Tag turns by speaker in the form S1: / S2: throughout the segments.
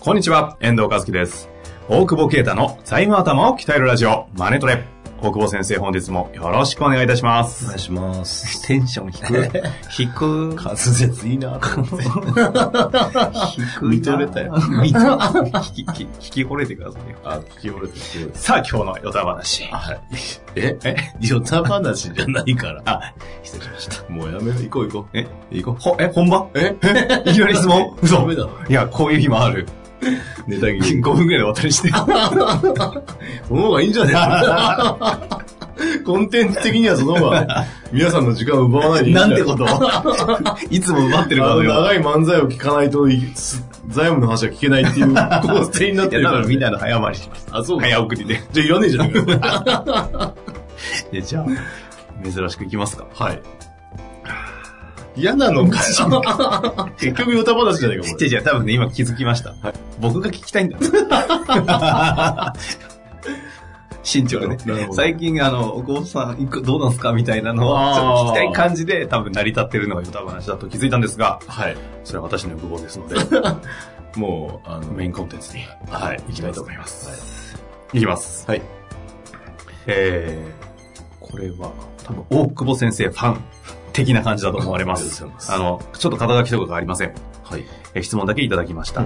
S1: こんにちは、遠藤和樹です。大久保啓太の財務頭を鍛えるラジオ、マネトレ。大久保先生、本日もよろしくお願いいたしま
S2: お
S1: す。
S2: 願いします。
S3: テンション 低い。低い。
S2: 滑舌いいなと思って。
S3: 低
S2: 見とれたよ。
S3: 見と引き、引き、引き惚れてくださいよ。
S2: あ、聞き折れて聞き折れて
S1: さあ、今日のヨタ話。
S2: はい。ええヨタ話じゃないから。あ、失礼しました。 もうやめよう。行こう行こう。
S1: え
S2: 行こう。
S1: ほ、え、本番
S2: え
S1: いきなり質 問
S2: ダ
S1: 嘘
S2: メだろ。
S1: いや、こういう日もある。
S2: ネタ切
S1: 5分
S2: り。
S1: くらいで終わったりして。
S2: その方がいいんじゃ ないコンテンツ的にはその方が、皆さんの時間を奪わないでいいんじゃ
S1: なん
S2: ない
S1: てこと いつも奪ってる
S2: あ
S1: か
S2: の
S1: のよう
S2: 長い漫才を聞かないとい、す財務の話は聞けないっていう構成になっ
S1: い
S2: て
S1: や、
S2: る
S1: だから
S2: か、
S1: らみんな
S2: の。
S1: の早まり。
S2: あ、そうか。
S1: 早送り で。
S2: じゃあいらねえじゃねえかよ。
S1: いやじゃあ、珍しくいきますか。
S2: はい。嫌なのかな結局ヨタ話じゃないか、こ
S1: じゃじゃ多分ね、今気づきました。僕が聞きたいんだ。 身長ね
S2: なるほ。ど
S1: 最近、あの、お子さん、いくどうなんすかみたいなのを、
S2: あー
S1: ちょっと聞きたい感じで、多分成り立ってるのがヨタ話だと気づいたんですが、
S2: れ。はい。
S1: それは私の欲望です ので、
S2: もう、あの、
S1: メインコンテンツに、
S2: はい
S1: 行きたいと思います。いきます。
S2: はい。
S1: えー、これは、多分、大久保先生ファン的な感じだと思われま
S2: ありがと
S1: す
S2: うござい。ます
S1: あの、ちょっと肩書きとかがありません。
S2: はい。
S1: えー質問だけいただきました。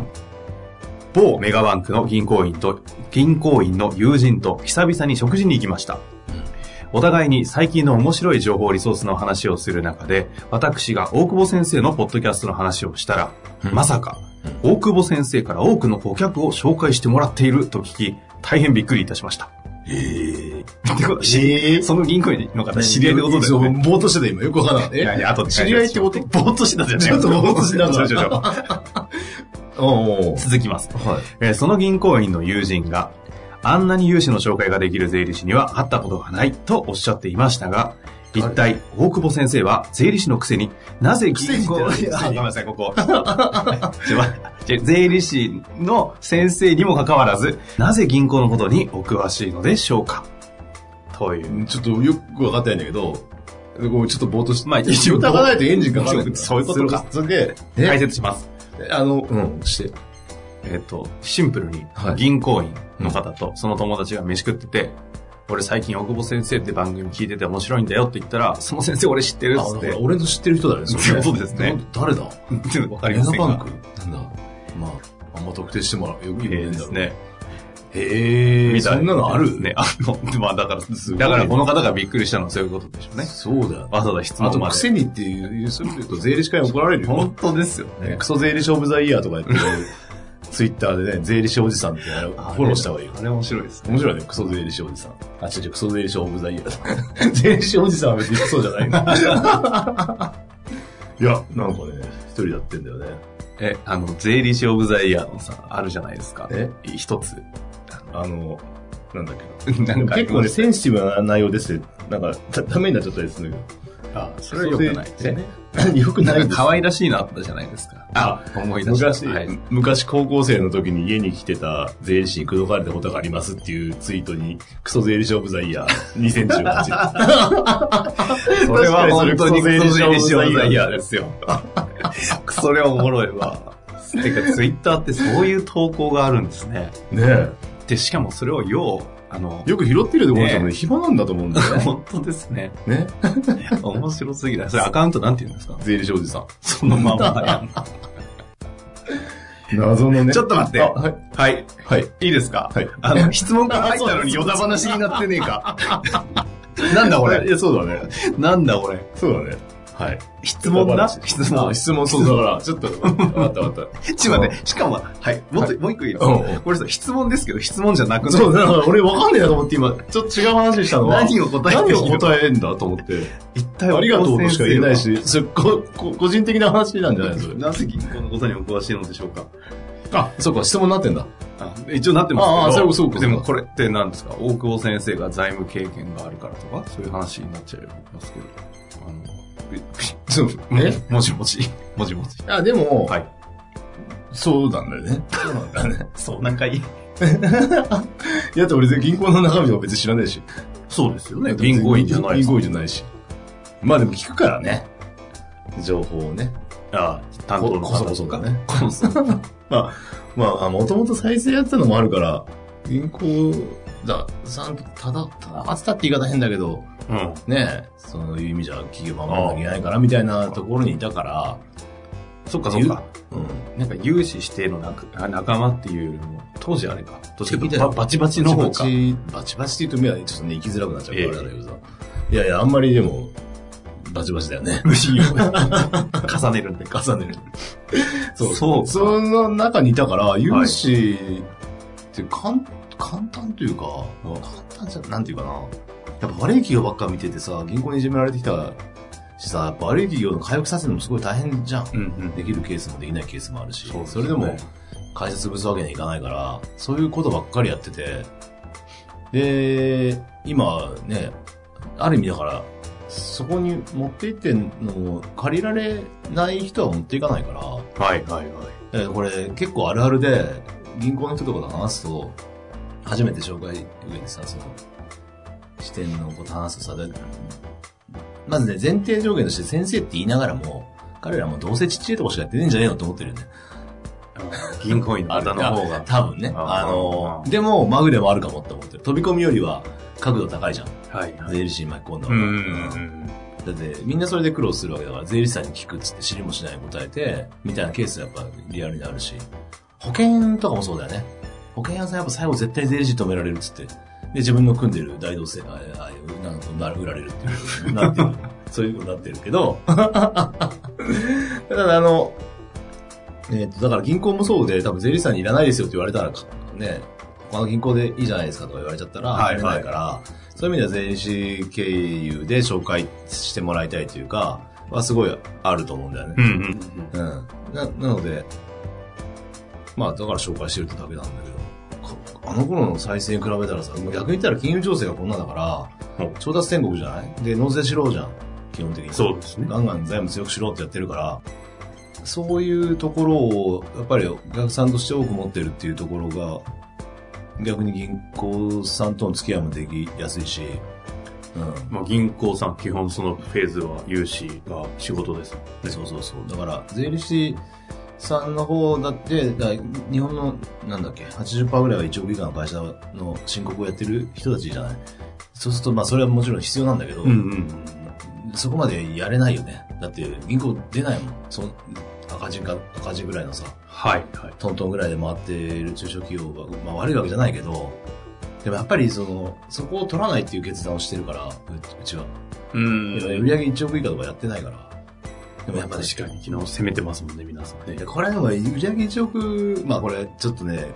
S1: 某メガバンクの銀行員と、銀行員の友人と久々に食事に行きました。お互いに最近の面白い情報リソースの話をする中で、私が大久保先生のポッドキャストの話をしたら、まさか、大久保先生から多くの顧客を紹介してもらっていると聞き、大変びっくりいたしました。えー。ってことは知り
S2: えー
S1: その銀行員の方知り合いってことだ
S2: そ
S1: よ
S2: う
S1: ね。
S2: ぼーっとしてた、今。よくわからない。
S1: いやいや、後で
S2: 知り合いってこと
S1: ぼーっとしてたじゃん。
S2: ちょっとぼーっとして たから
S1: ちょちょちょ
S2: おー
S1: 続きます。
S2: はい。
S1: えーその銀行員の友人が、あんなに融資の紹介ができる税理士には会ったことがないとおっしゃっていましたが、一体、大久保先生は税理士のくせになぜ銀行
S2: くせにっ て
S1: あごめんなさい、こ こ。ちょちょちょ税理士の先生にもかかわらず、なぜ銀行のことにお詳しいのでしょうかという。
S2: ちょっとよくわかってないんだけど、こうちょっとぼーっとして、
S1: まあ一応
S2: ヨタがないとエンジンかかんないから。
S1: そういうことか
S2: それで、
S1: 解
S2: え
S1: 説します。
S2: あの、うん、して。
S1: えっと、シンプルに
S2: は、い
S1: 銀行員の方とその友達が飯食ってて、俺最近大久保先生って番組聞いてて面白いんだよって言ったら、その先生俺知ってる
S2: あ、
S1: っつ
S2: ほ
S1: って
S2: ら、俺の知ってる人だね、 れ
S1: そうですね。
S2: 誰だ
S1: っていうのわか
S2: メ
S1: りません
S2: ガバン
S1: が。
S2: クなんだ。まあ、あんま特定してもらう。よく
S1: え
S2: 言う
S1: ー
S2: ん
S1: で
S2: だろ
S1: す
S2: う。
S1: ね。
S2: へえ、
S1: みた
S2: そ
S1: い
S2: んなのある
S1: ね。あの、まあだから、
S2: ごい
S1: だからこの方がびっくりしたのはそういうことでしょうね。
S2: そうだよ。
S1: わざわざ質
S2: あ
S1: 問
S2: と、
S1: ま
S2: く
S1: で。
S2: せにっていう、そういうと税理士会に怒られるよ。
S1: 本当ですよ
S2: ね
S1: ね。
S2: クソ税理士オブザイヤーとかや ってる、ツイッターでね、税理士おじさんってあれフォローした方がいいよ
S1: あれ面白いですね。
S2: 面白いね、クソ税理士おじさん。あ、違う違う、クソ税理士オブザイヤー。 税理士おじさんは別にクソじゃないな。 いや、なんかね、一人やってんだよね。
S1: え、あの、税理士オブザイヤーのさ、あるじゃないですか。
S2: え
S1: 一つ。
S2: あの、なんだっけな。
S1: なんか、
S2: 結構ね、センシティブな内容ですって、なんか、たダメになっちゃったりするんだ
S1: あ、それは良くないですね。
S2: け ど。よくな
S1: ないん
S2: で
S1: か
S2: す
S1: 可愛らしいのあったじゃないですか。
S2: あ、
S1: 思い出した。
S2: 昔、
S1: はい
S2: 昔高校生の時に家に来てた税理士に口説かれたことがありますっていうツイートに、クソ税理士オブザイ ヤー2018。
S1: それは本当にクソ税理士オブザイヤーですよ。それはおもろいわ。てか、ツイッターってそういう投稿があるんですね。
S2: ね
S1: で、しかもそれをよう、あの
S2: え、、よく拾ってるところじゃ
S1: ね
S2: ね、暇なんだと思うんだよね。
S1: 本当ですね。
S2: ね
S1: 面白すぎる。それアカウントなんて言うんですか
S2: 税理士おじさ
S1: そのままやん。
S2: ん。謎のね。
S1: ちょっと待って
S2: あはい。
S1: はい。
S2: はい。
S1: いいですか
S2: はい
S1: あの、質問から入ったのにヨダ 話になってねえか。なんだこ
S2: 俺、
S1: れ
S2: いや、そうだね。
S1: なんだこれ
S2: そうだね。はい。
S1: 質問な質問
S2: あ。質問、そうそうだから、ちょっと、わかった
S1: ちょ
S2: わかっ
S1: っと待って、しかも、はい、もっと、もう一個いいですか、
S2: うん
S1: これさ、質問ですけど、質問じゃなく
S2: た。
S1: ない
S2: そう、だから俺わかんねえなと思って今、ちょっと違う話したのは。
S1: 何を答えて
S2: 何
S1: る
S2: を答えんだと思って。
S1: 一体
S2: ありがとうとしか言えない
S1: 先
S2: し、それここ個人的な話なんじゃないのそ
S1: 生
S2: れ
S1: は。なぜ銀行のことにお詳しいのでしょうか
S2: あ、そうか、質問になってんだ。
S1: あ一応なってますけど
S2: ああそうそうそう
S1: でもこれって何ですか大久保先生が財務経験があるからとか、そういう話になっちゃいますけど。あの、え
S2: そうえ
S1: もしもし、もしもし。
S2: あ、でも、
S1: はい
S2: そうなんだよね。そうなんだね。
S1: そう、何回
S2: いやだって俺、銀行の中身は別に知らないし。
S1: そうですよ
S2: だ
S1: ね。
S2: って
S1: 銀行員じゃない
S2: 銀行員じゃないし。まあでも聞くからね。情報をね。
S1: ああ、担当の
S2: こ
S1: 方
S2: そことそ
S1: か
S2: だ。ね。
S1: こそこそ
S2: まあ、まあ、もともと再生やってたのもあるから、銀行だ、さん、ただ、ただ、あつたって言い方変だけど、
S1: うん。
S2: ねえ、そういう意味じゃ企業守らなきゃいけないから、みたいなところにいたから、
S1: そっかそっか。
S2: うん。
S1: なんか融資しての仲あ仲間っていうよりも、当時あれか。どっちかという
S2: 敵だ
S1: と
S2: よ
S1: ババチバチの方か。
S2: バチバチ、バチバチって言うと、ちょっとね、生きづらくなっちゃうから、
S1: ええ
S2: あれだけどさ。いやいや、あんまりでも、バチバチだ よね。
S1: 虫を重ねるんで。
S2: 重ねる。そう。
S1: そうか
S2: その中にいたから、融資ってかん、簡単というか、簡単じゃ、なんていうかな。やっぱ悪い企業ばっか見ててさ、銀行にいじめられてきたしさ、やっぱ悪い企業の回復させるのもすごい大変じゃん。
S1: うんうん。
S2: できるケースもできないケースもあるし、そ,、
S1: そうですね
S2: れでも会社潰すわけにはいかないから、そういうことばっかりやってて、で、今ね、ある意味だから、そこに持って行ってんのを借りられない人は持っていかないから、
S1: はいはいはい。
S2: えーこれ結構あるあるで、銀行の人とかと話すと、初めて紹介上にさ、その、視点のこと話すとさ、だまずね、前提条件として先生って言いながらも、彼らもどうせちっちゃいとこしかやってねえんじゃねえのと思ってるよね。
S1: 銀行員の方の方が。
S2: 多分ね。
S1: あ
S2: あの
S1: う
S2: ー、でも、まぐれもあるかもって思ってる。飛び込みよりは、角度高いじゃん。
S1: はいはい。
S2: 税理士に巻き込んだ
S1: う
S2: 方
S1: ん
S2: が
S1: うんうん。
S2: だって、みんなそれで苦労するわけだから、税理士さんに聞くっつって知りもしない答えて、みたいなケースやっぱリアルにあるし、保険とかもそうだよね。保険屋さんやっぱ最後絶対税理士止められるっつって。で、自分の組んでる大同性、あああいう、なんかな売られるっていう、 なってる。そういうことになってるけど、 だからあの、えっ、と、だから銀行もそうで、多分税理士さんにいらないですよって言われたら、かね、他の銀行でいいじゃないですかとか言われちゃったら、
S1: はいはい
S2: 入れないから、そういう意味では税理士経由で紹介してもらいたいというか、はすごいあると思うんだよね。
S1: うんうん。
S2: うん。な、なので、まあ、だから紹介してるってだけなんだけど、かあの頃の再生に比べたらさ、もう逆に言ったら金融情勢がこんなだから
S1: うん、
S2: 調達天国じゃないで、納税しろじゃん、基本的に。
S1: そうですね。
S2: ガンガン財務強くしろってやってるから、そういうところを、やっぱりお客さんとして多く持ってるっていうところが、逆に銀行さんとの付き合いもできやすいし、うん。
S1: まあ、銀行さん、基本そのフェーズは融資が仕事です。
S2: そうそうそう。だから、税理士さんの方だって、だ日本の、なんだっけ、80%ぐらいは1億以下の会社の申告をやってる人たちじゃないそうすると、まあ、それはもちろん必要なんだけど、
S1: うん。
S2: そこまでやれないよね。だって、銀行出ないもん。その赤字か、赤字ぐらいのさ、
S1: はいはい。
S2: トントンぐらいで回っている中小企業が、まあ悪いわけじゃないけど、でもやっぱりその、そこを取らないっていう決断をしてるから、ううちは。
S1: う
S2: 売
S1: ん
S2: 上1億以下とかやってないから。でもやっぱね
S1: 確かに昨日攻めてますもんね、皆さんね
S2: で。これでも売り上げ1億、まあこれちょっとね、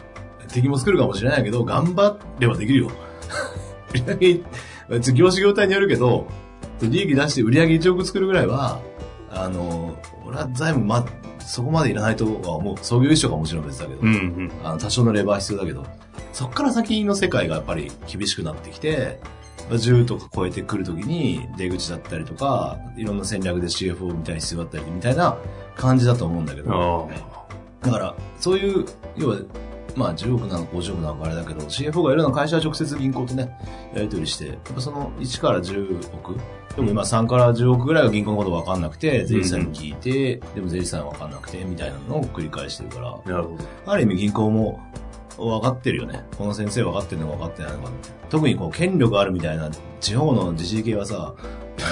S2: 敵も作るかもしれないけど、頑張ればできるよ。 売り上げ、業種業態によるけど、利益出して売り上げ1億作るぐらいは、あの、俺は財務、ま、そこまでいらないとは思う。創業一緒かもちろん別だけど、
S1: うんうん。
S2: あの多少のレバー必要だけど、そっから先の世界がやっぱり厳しくなってきて、10とか超えてくるときに出口だったりとか、いろんな戦略で CFO みたいに必要だったりみたいな感じだと思うんだけど、
S1: あ
S2: だから、そういう、要は、まあ、10億なのか50億なのかあれだけど、CFO がいるような会社は直接銀行とね、やり取りして、やっぱその1から10億、でも今3から10億ぐらいが銀行のこと分かんなくて、税理士さんに聞いて、でも税理士さんは分かんなくて、みたいなのを繰り返してるから、
S1: あ。なるほど。
S2: ある意味銀行も分かってるよね。この先生分かってるのか分かってないのか。特にこう、権力あるみたいな、地方の自治系はさ、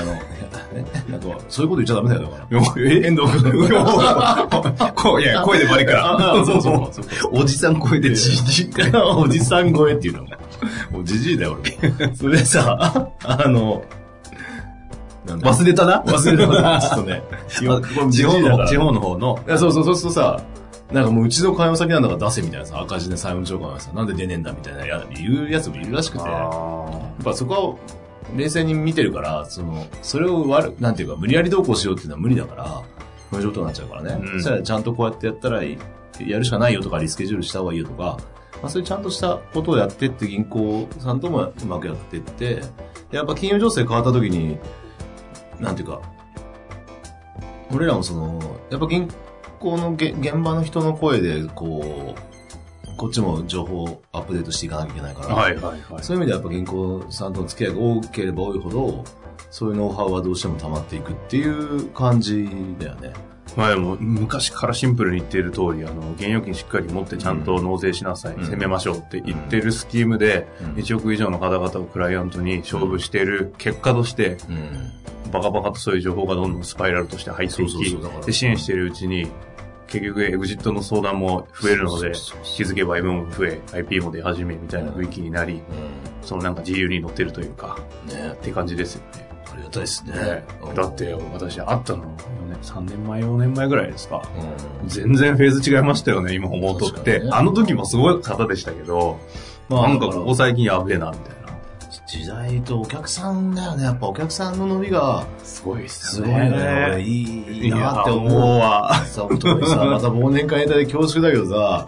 S2: あの、ね、なんかそういうこと言っちゃダメだよ、だから。
S1: え 遠藤君。こいや、声でバレるから。そうそう。おじさん声でじ じ
S2: おじさん声っていうのも。もうじじいだよ、俺。それでさ、あの、なんだ
S1: 忘れたな
S2: 忘れたな、ちょっとね。よくこれ
S1: 地方
S2: だか
S1: の、
S2: ら
S1: 地方の方の
S2: い、や、そうそう、そうするとさ、なんかもううちの会話先なんだから出せみたいなさ、赤字で債務超過がさ、なんで出ねえんだみたいなや言うやつもいるらしくて、やっぱそこは冷静に見てるから、その、それを悪く、なんていうか、無理やりどうこうしようっていうのは無理だから、無状態になっちゃうからね。
S1: うん
S2: そしたらちゃんとこうやってやったらいい、やるしかないよとか、リスケジュールした方がいいよとか、まあ、そういうちゃんとしたことをやってって銀行さんともうまくやってって、でやっぱ金融情勢変わった時に、なんていうか、俺らもその、やっぱ銀行のげ現場の人の声で、こう、こっちも情報をアップデートしていかなきゃいけないから、
S1: はいはいはい
S2: そういう意味ではやっぱ銀行さんとの付き合いが多ければ多いほど、そういうノウハウはどうしても溜まっていくっていう感じだよね。
S1: まあでも昔からシンプルに言っている通りあの現預金しっかり持ってちゃんと納税しなさい、
S2: うん
S1: 攻めましょうって言ってるスキームで1億以上の方々をクライアントに勝負している結果として
S2: うん。
S1: バカバカとそういう情報がどんどんスパイラルとして入ってい
S2: そうそうそうだから
S1: きで支援しているうちに結局エグジットの相談も増えるので
S2: そうそうそう
S1: 気づけば M も増え IP も出始めみたいな雰囲気になりそのなんか自由に乗ってるというか
S2: うん。ね
S1: って感じですよね
S2: ありがたいですね。
S1: だって私会ったの4年3年前4年前ぐらいですか
S2: うん、
S1: 全然フェーズ違いましたよね、今思うとっ
S2: 確か
S1: て。
S2: にね
S1: あの時もすごい方でしたけど、
S2: まあ
S1: なんかここ最近やべえな、みたいな。
S2: 時代とお客さんだよね。やっぱお客さんの伸びが
S1: すごいっ
S2: すごいね。俺いいいいなって思う。
S1: わ。
S2: さ、特にさ、また忘年会で恐縮だけどさ、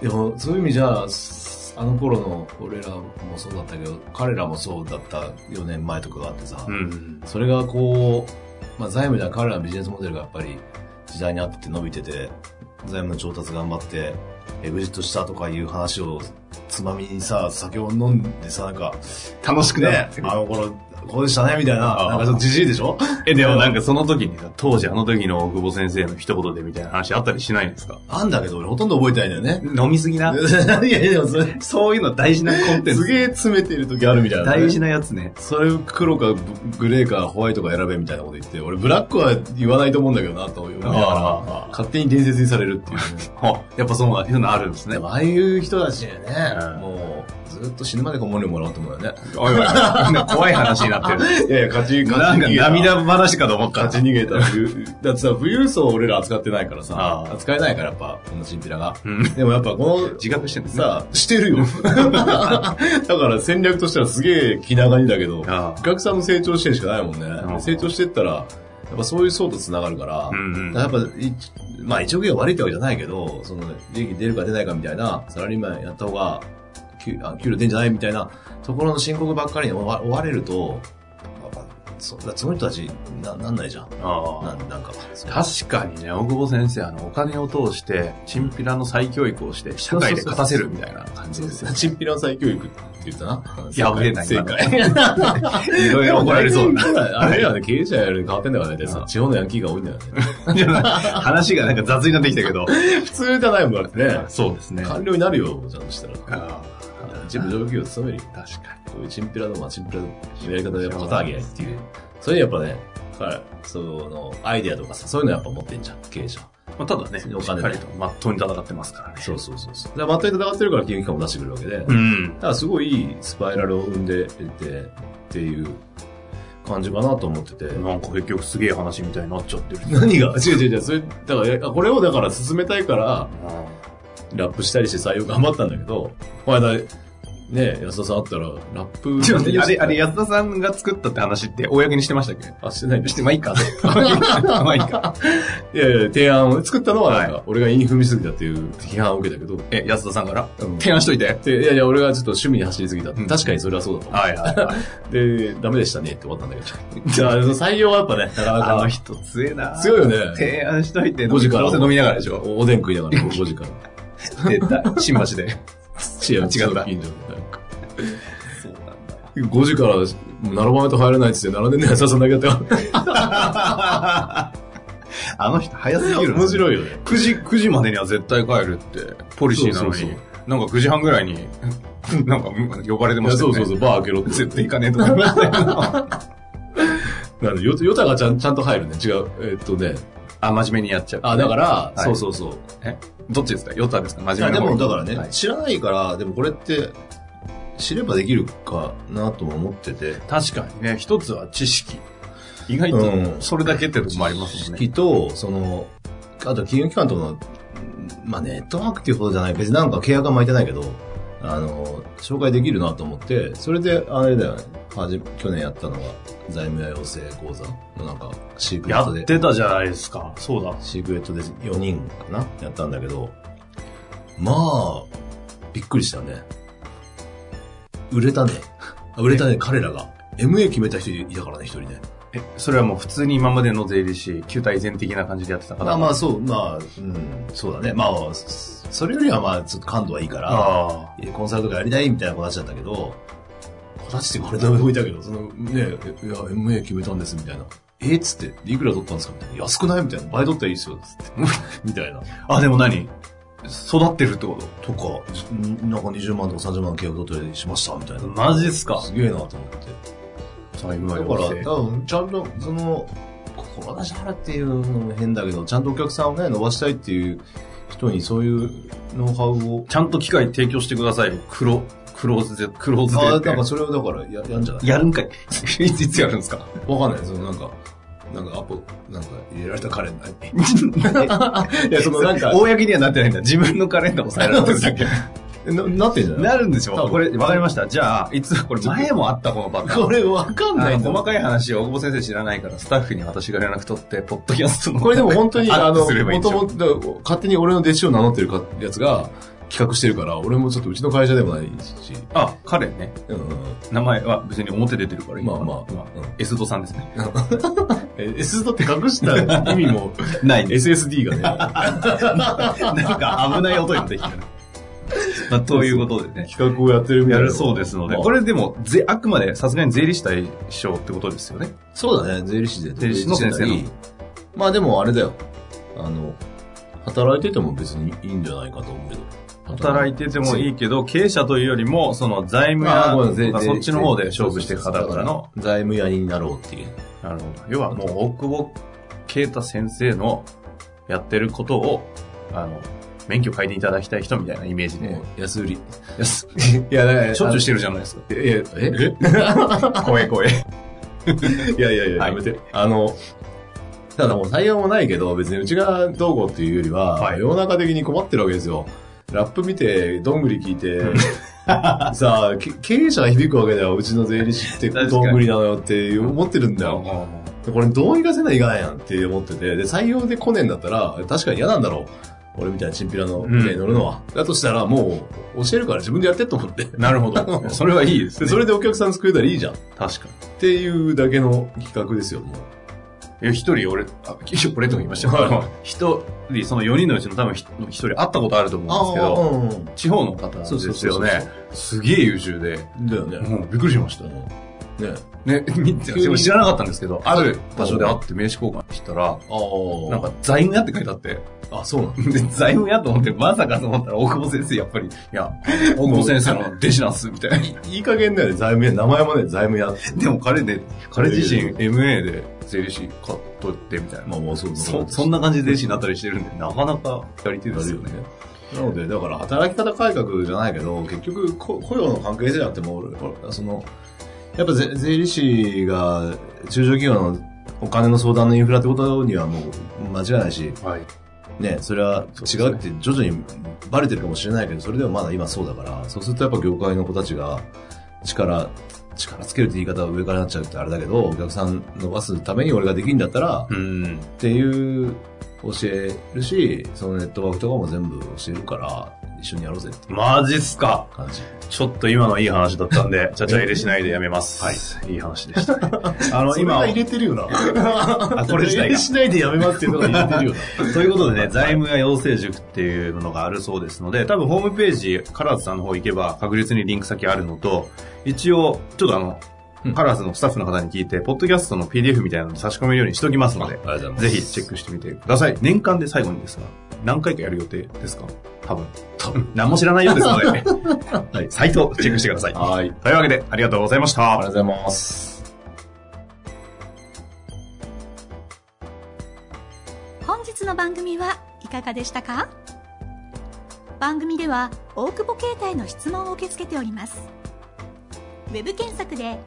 S2: でも、そういう意味じゃ、すあの頃の俺らもそうだったけど、彼らもそうだった4年前とかがあってさ、
S1: うん。
S2: それがこう、まあ、財務じゃ彼らのビジネスモデルがやっぱり時代に合ってて伸びてて、財務の調達頑張って、エグジットしたとかいう話をつまみにさ、酒を飲んでさ、なんか、
S1: 楽しく
S2: ね
S1: ね、。
S2: あの頃、こうでしたね、みたいな、
S1: あ
S2: なんかちょっとじじいでしょ
S1: え、でもなんかその時にさ、当時あの時の大久保先生の一言でみたいな話あったりしないんですか
S2: あんだけど俺ほとんど覚えてないんだよね。
S1: 飲みすぎな。
S2: いやいや、でもそれ、
S1: そういうの大事なコンテン
S2: す
S1: ツ。
S2: げえ詰めてる時あるみたいなね、
S1: 大事なやつね。
S2: それ黒かグレーかホワイトか選べみたいなこと言って、俺ブラックは言わないと思うんだけどなと思いなが
S1: あ
S2: ら、勝手に伝説にされるっていうね、
S1: はやっぱそうないうのあるんですね
S2: で。もああいう人たちには
S1: うん
S2: ね、もうずっと死ぬまでこうモニョもらおうと思うよね。
S1: おいおい、 怖い話になって る。
S2: いやいや、勝ち、
S1: なんか涙話かと思った。
S2: 勝ち逃げた冬、だってさ、富裕層俺ら扱ってないから
S1: あ
S2: さ、
S1: あ
S2: 扱えないからやっぱ、このチンピラが。
S1: うん
S2: でもやっぱこの
S1: 自覚してるんですね。
S2: さあ、してるよ。 だから戦略としてはすげえ気長にだけど、お
S1: ああ
S2: 客さんも成長してるしかないもん
S1: う
S2: ね。
S1: ん
S2: 成長してったら、やっぱそういう層と繋がるから、
S1: うんうん
S2: やっぱ、いまあ一億円悪いってわけじゃないけど、その、利益出るか出ないかみたいな、サラリーマンやった方が、給あ給料出んじゃないみたいなところの申告ばっかりに追わ追われると、やっぱそその人たちな、なんないじゃん。
S1: ああ
S2: ななんか。
S1: 確かにね、大久保先生、あの、お金を通して、チンピラの再教育をして、社会で勝たせるみたいな感じですよ。
S2: チンピラの再教育って言ったな。
S1: やべえな
S2: 正
S1: 今
S2: 解。
S1: いろいろ怒られそうな。
S2: な。 あれやね、経営者やるに変わってんだからね、
S1: うん
S2: 地方のヤンキーが多いんだよね。
S1: じゃない話がなんか雑になってきたけど。
S2: 普通じゃないもんだってね。
S1: そうですね。
S2: 官僚になるよ、ちゃんとしたら。
S1: あ
S2: 一部上級を務めるよ。
S1: 確か
S2: こういうチンピラの、まあ、チンピラのやり方でやっぱ旗揚げやりっていう。それやっぱね、彼、その、アイデアとかさ、そういうのやっぱ持ってんじゃん、経営者。
S1: に。まあ、ただね、し
S2: お金
S1: っかりと、まっとうに戦ってますからね。
S2: そうそうそうそう。で、また戦ってるから金融機関も出してくるわけで。
S1: う
S2: だ
S1: ん。
S2: からすごいいいスパイラルを生んでて、っていう感じかなと思ってて。
S1: なんか結局すげえ話みたいになっちゃってる。
S2: 何が違う違う違う。それ、だからえ、これをだから進めたいから、ラップしたりして採用頑張ったんだけど、この間、ね、安田さんあったら、ラップ。
S1: ちょっと待ってあれ、あれ、安田さんが作ったって話って、公にしてましたっけ
S2: あ、してないんだ
S1: して、 まあいいか。まあいいか。
S2: いやいや、提案を、作ったのはなんか、俺が韻踏みすぎたっていう批判を受けたけど、
S1: え、安田さんから
S2: うん
S1: 提案しといて。
S2: でいやいや、俺がちょっと趣味に走りすぎたって。
S1: うん
S2: 確かにそれはそうだと思
S1: はいはいはい。
S2: う。で、ダメでしたねって終わったんだけど。じゃあ、その採用はやっぱね、なかな
S1: あの
S2: か、
S1: 人強えな。
S2: 強いよね
S1: 提案しといて、
S2: 5時から
S1: どうせ飲みながらでしょ。
S2: おおでん食いながら、5時から。
S1: 絶対。新橋で。
S2: 違う、違
S1: 違
S2: う
S1: う
S2: だ。
S1: な
S2: 近所のなんか5時から、並ばないと入れないっつって並んでんの安田さんだけだったか
S1: あの人早すぎる。
S2: ら。面白
S1: い。
S2: いよね。
S1: 9時、9時までには絶対帰るって、ポリシーなの
S2: そうそう
S1: に。なんか9時半ぐらいに、なんか呼ばれて
S2: い
S1: ま
S2: や
S1: した
S2: そ
S1: よね。
S2: うそうそう、バー開けろって。
S1: 絶対行かねえと思いましたよ
S2: なんで、ヨヨタがちゃんちゃんと入るね。違う。えっとね。
S1: あ、真面目にやっちゃう。
S2: あ、だから、
S1: はい
S2: そうそうそう。
S1: えどっちですかヨタですか
S2: い
S1: 真
S2: や
S1: 面目
S2: で
S1: な方
S2: も、だからね、
S1: はい
S2: 知らないから、でもこれって、知ればできるかなとも思ってて。
S1: 確かにね、一つは知識。意外
S2: う
S1: と、
S2: ん
S1: それだけってとこもありますもんね。
S2: きっと、その、あと金融機関との、まあネットワークっていうほどじゃない、別になんか契約は巻いてないけど、あの、紹介できるなと思って、それで、あれだよね、はじ去年やったのが、財務や養成講座のなんか、シークレ
S1: や
S2: ット
S1: っ
S2: で、
S1: てたじゃないですか。そうだ。
S2: シークレットで4人かな、やったんだけど、まあ、びっくりしたね。売れたね。あ売れたね、彼らが。MA 決めた人いたからね、一人ね。
S1: え、それはもう普通に今までの税理士、旧体全的な感じでやってたか
S2: ま
S1: ら。
S2: あまあそう、まあ、うん、そうだね。まあ、そそれよりはまあ、ちょっと感度はいいから、
S1: ああ。
S2: コンサルとかやりたいみたいな子たちだったけど、子たちってこれだめ置いたけど、そのね、えいや、MA 決めたんですみたいな。えっつって、でいくら取ったんですかみたいな。安くないみたいな。倍取ったらいいですよ。つって。 みたいな。
S1: あ、でも何育ってるってこと
S2: とか、んなんか20万とか30万の契約取ったりしましたみたいな。
S1: マジっすか
S2: すげえなと思って。
S1: 財務
S2: だから、多分、ちゃんと、その、志あるっていうのも変だけど、ちゃんとお客さんをね、伸ばしたいっていう人にそういうノウハウを、
S1: ちゃんと機会提供してくださいよ。黒、クローズで、クローズで
S2: あ
S1: っ
S2: あ、なんか
S1: て。
S2: それをだからややんじゃない
S1: やるんかい。 いついつやるんですか
S2: わかんない、そのなんか、なんかアポ、なんか入れられたカレンダーに。いや、そのなんか、
S1: 公にはなってないんだ。自分のカレンダー押さえられてるだけ。
S2: ななってんじゃない
S1: なるんでし
S2: 多
S1: ょ
S2: 分
S1: これ、わかりました。じゃあ、いつ、これ前もあったこのパターン。
S2: これわかん
S1: あ
S2: ない
S1: の
S2: んだ
S1: 細かい話を大久保先生知らないから、スタッフに私が連絡取って、ポッドキャストの。
S2: これでも本当に、
S1: ア
S2: あ
S1: ップ
S2: の、
S1: すればいい
S2: も
S1: んで
S2: と
S1: しょ
S2: もと、勝手に俺の弟子を名乗ってるかやつが企画してるから、俺もちょっとうちの会社でもないし、
S1: あ、彼ね。
S2: うんうんうん。
S1: 名前は別に表出てるからいいのかな
S2: まあまあうん
S1: エスドさんですね。
S2: え S だって隠した意味も、
S1: ないです。
S2: SSD がね、
S1: なんか危ない音になってきたね。まあ、ということでね。
S2: 企画をやってるみた
S1: や
S2: いな。
S1: るそうですので、こ
S2: れ、
S1: れでも、ぜあくまでさすがに税理士対象ってことですよね。
S2: そうだね、税理士で。
S1: 税理士の先生の。
S2: まあでもあれだよ。あの、働いてても別にいいんじゃないかと思うけど。
S1: 働いててもいいけど、経営者というよりも、その財務
S2: まあごめん
S1: や
S2: 税
S1: とか、そっちの方で勝負してい
S2: 税
S1: く方からの、
S2: 財務屋になろうっていう。
S1: なるほど。要はもう、大久保啓太先生のやってることを、あの、免許変えていただきたい人みたいなイメージで
S2: も、う安売り。
S1: 安
S2: いや、だから
S1: しょっちゅうしてるじゃないですか。
S2: いやいや、え
S1: 怖い 怖い。
S2: いやいやいや、
S1: はい
S2: やめて。あの、ただもう採用もないけど、別にうちがどうこうっていうよりは、
S1: はい
S2: 世の中的に困ってるわけですよ。ラップ見て、どんぐり聞いて、 さあ、け経営者が響くわけだよ。うちの税理士って
S1: 確かに
S2: どんぐりなのよって思ってるんだよ。
S1: は
S2: これどうにかせないかないやんって思ってて、で、採用で来ねえんだったら、確かに嫌なんだろう。俺みたいなチンピラの
S1: ん
S2: 船に乗るのは。だとしたら、もう、教えるから自分でやってと思って。
S1: なるほど。それはいいです
S2: で
S1: ね。
S2: それでお客さん作れたらいいじゃん。っ
S1: 確かに。
S2: ていうだけの企画ですよ、もう。
S1: いや、一人俺、あ、一人俺とも言いましたけ
S2: は
S1: ど、一人、その4人のうちの多分ひ一人会ったことあると思うんですけど、
S2: うん
S1: 地方の方ですよね。すげえ優秀で、
S2: だよね。
S1: もうびっくりしました。
S2: ね。
S1: ね、見て
S2: 急に
S1: でも知らなかったんですけど、ある場所で会って名刺交換したら、
S2: ああ。
S1: なんか、財務屋って書いてあって、
S2: あ、そうなんだ。
S1: で財務屋と思って、まさかと思ったら大久保先生、やっぱり、いや、大久保先生の弟子なんす、みたいな。
S2: いい加減だよね、財務屋。名前もね、財務屋。
S1: でも彼ね、彼自身 MA で税理士買っとって、みたいな。
S2: まあもうそう
S1: そそんな感じで弟子になったりしてるんで、なかなかやり手
S2: な
S1: です
S2: る
S1: よ
S2: よ
S1: ね
S2: ね。。なので、だから働き方改革じゃないけど、結局、こ雇用の関係性あっても、ほらその、やっぱぜ税理士が中小企業のお金の相談のインフラってことにはもう間違いないし、
S1: はい。
S2: ね、それは違うって徐々にバレてるかもしれないけど、それでもまだ今そうだから、そうするとやっぱ業界の子たちが力、力つけるって言い方は上からなっちゃうってあれだけど、お客さん伸ばすために俺ができるんだったら、
S1: うん。
S2: っていう教えるし、そのネットワークとかも全部教えるから、一緒にやろうぜって
S1: マジっすか。
S2: 感じ。
S1: ちょっと今のいい話だったんで、ちゃちゃ入れしないでやめます。はい。いい話で した。あの、今、
S2: れてるよな。あ
S1: これ自体が
S2: ないでやめますっていうのが入れてるよ な。
S1: ということでね、財務や養成塾っていうのがあるそうですので、多分ホームページ、カラーズさんの方行けば確実にリンク先あるのと、一応、ちょっとあの、
S2: うん
S1: カラーズのスタッフの方に聞いて、ポッドキャストの PDF みたいなのに差し込めるようにしておきますので、
S2: ありがとうござ
S1: ぜ
S2: います。
S1: ひチェックしてみてください。年間で最後にですが、何回かやる予定ですか多分。多分。何も知らないようです ので、はい、サイトをチェックしてください。
S2: はい。ありが
S1: というわけで、ありがとうございました
S2: とう。ございます。
S4: 本日の番組はいかがでしたか番組では大久保携帯の質問を受け付けておりますウェブ検索で「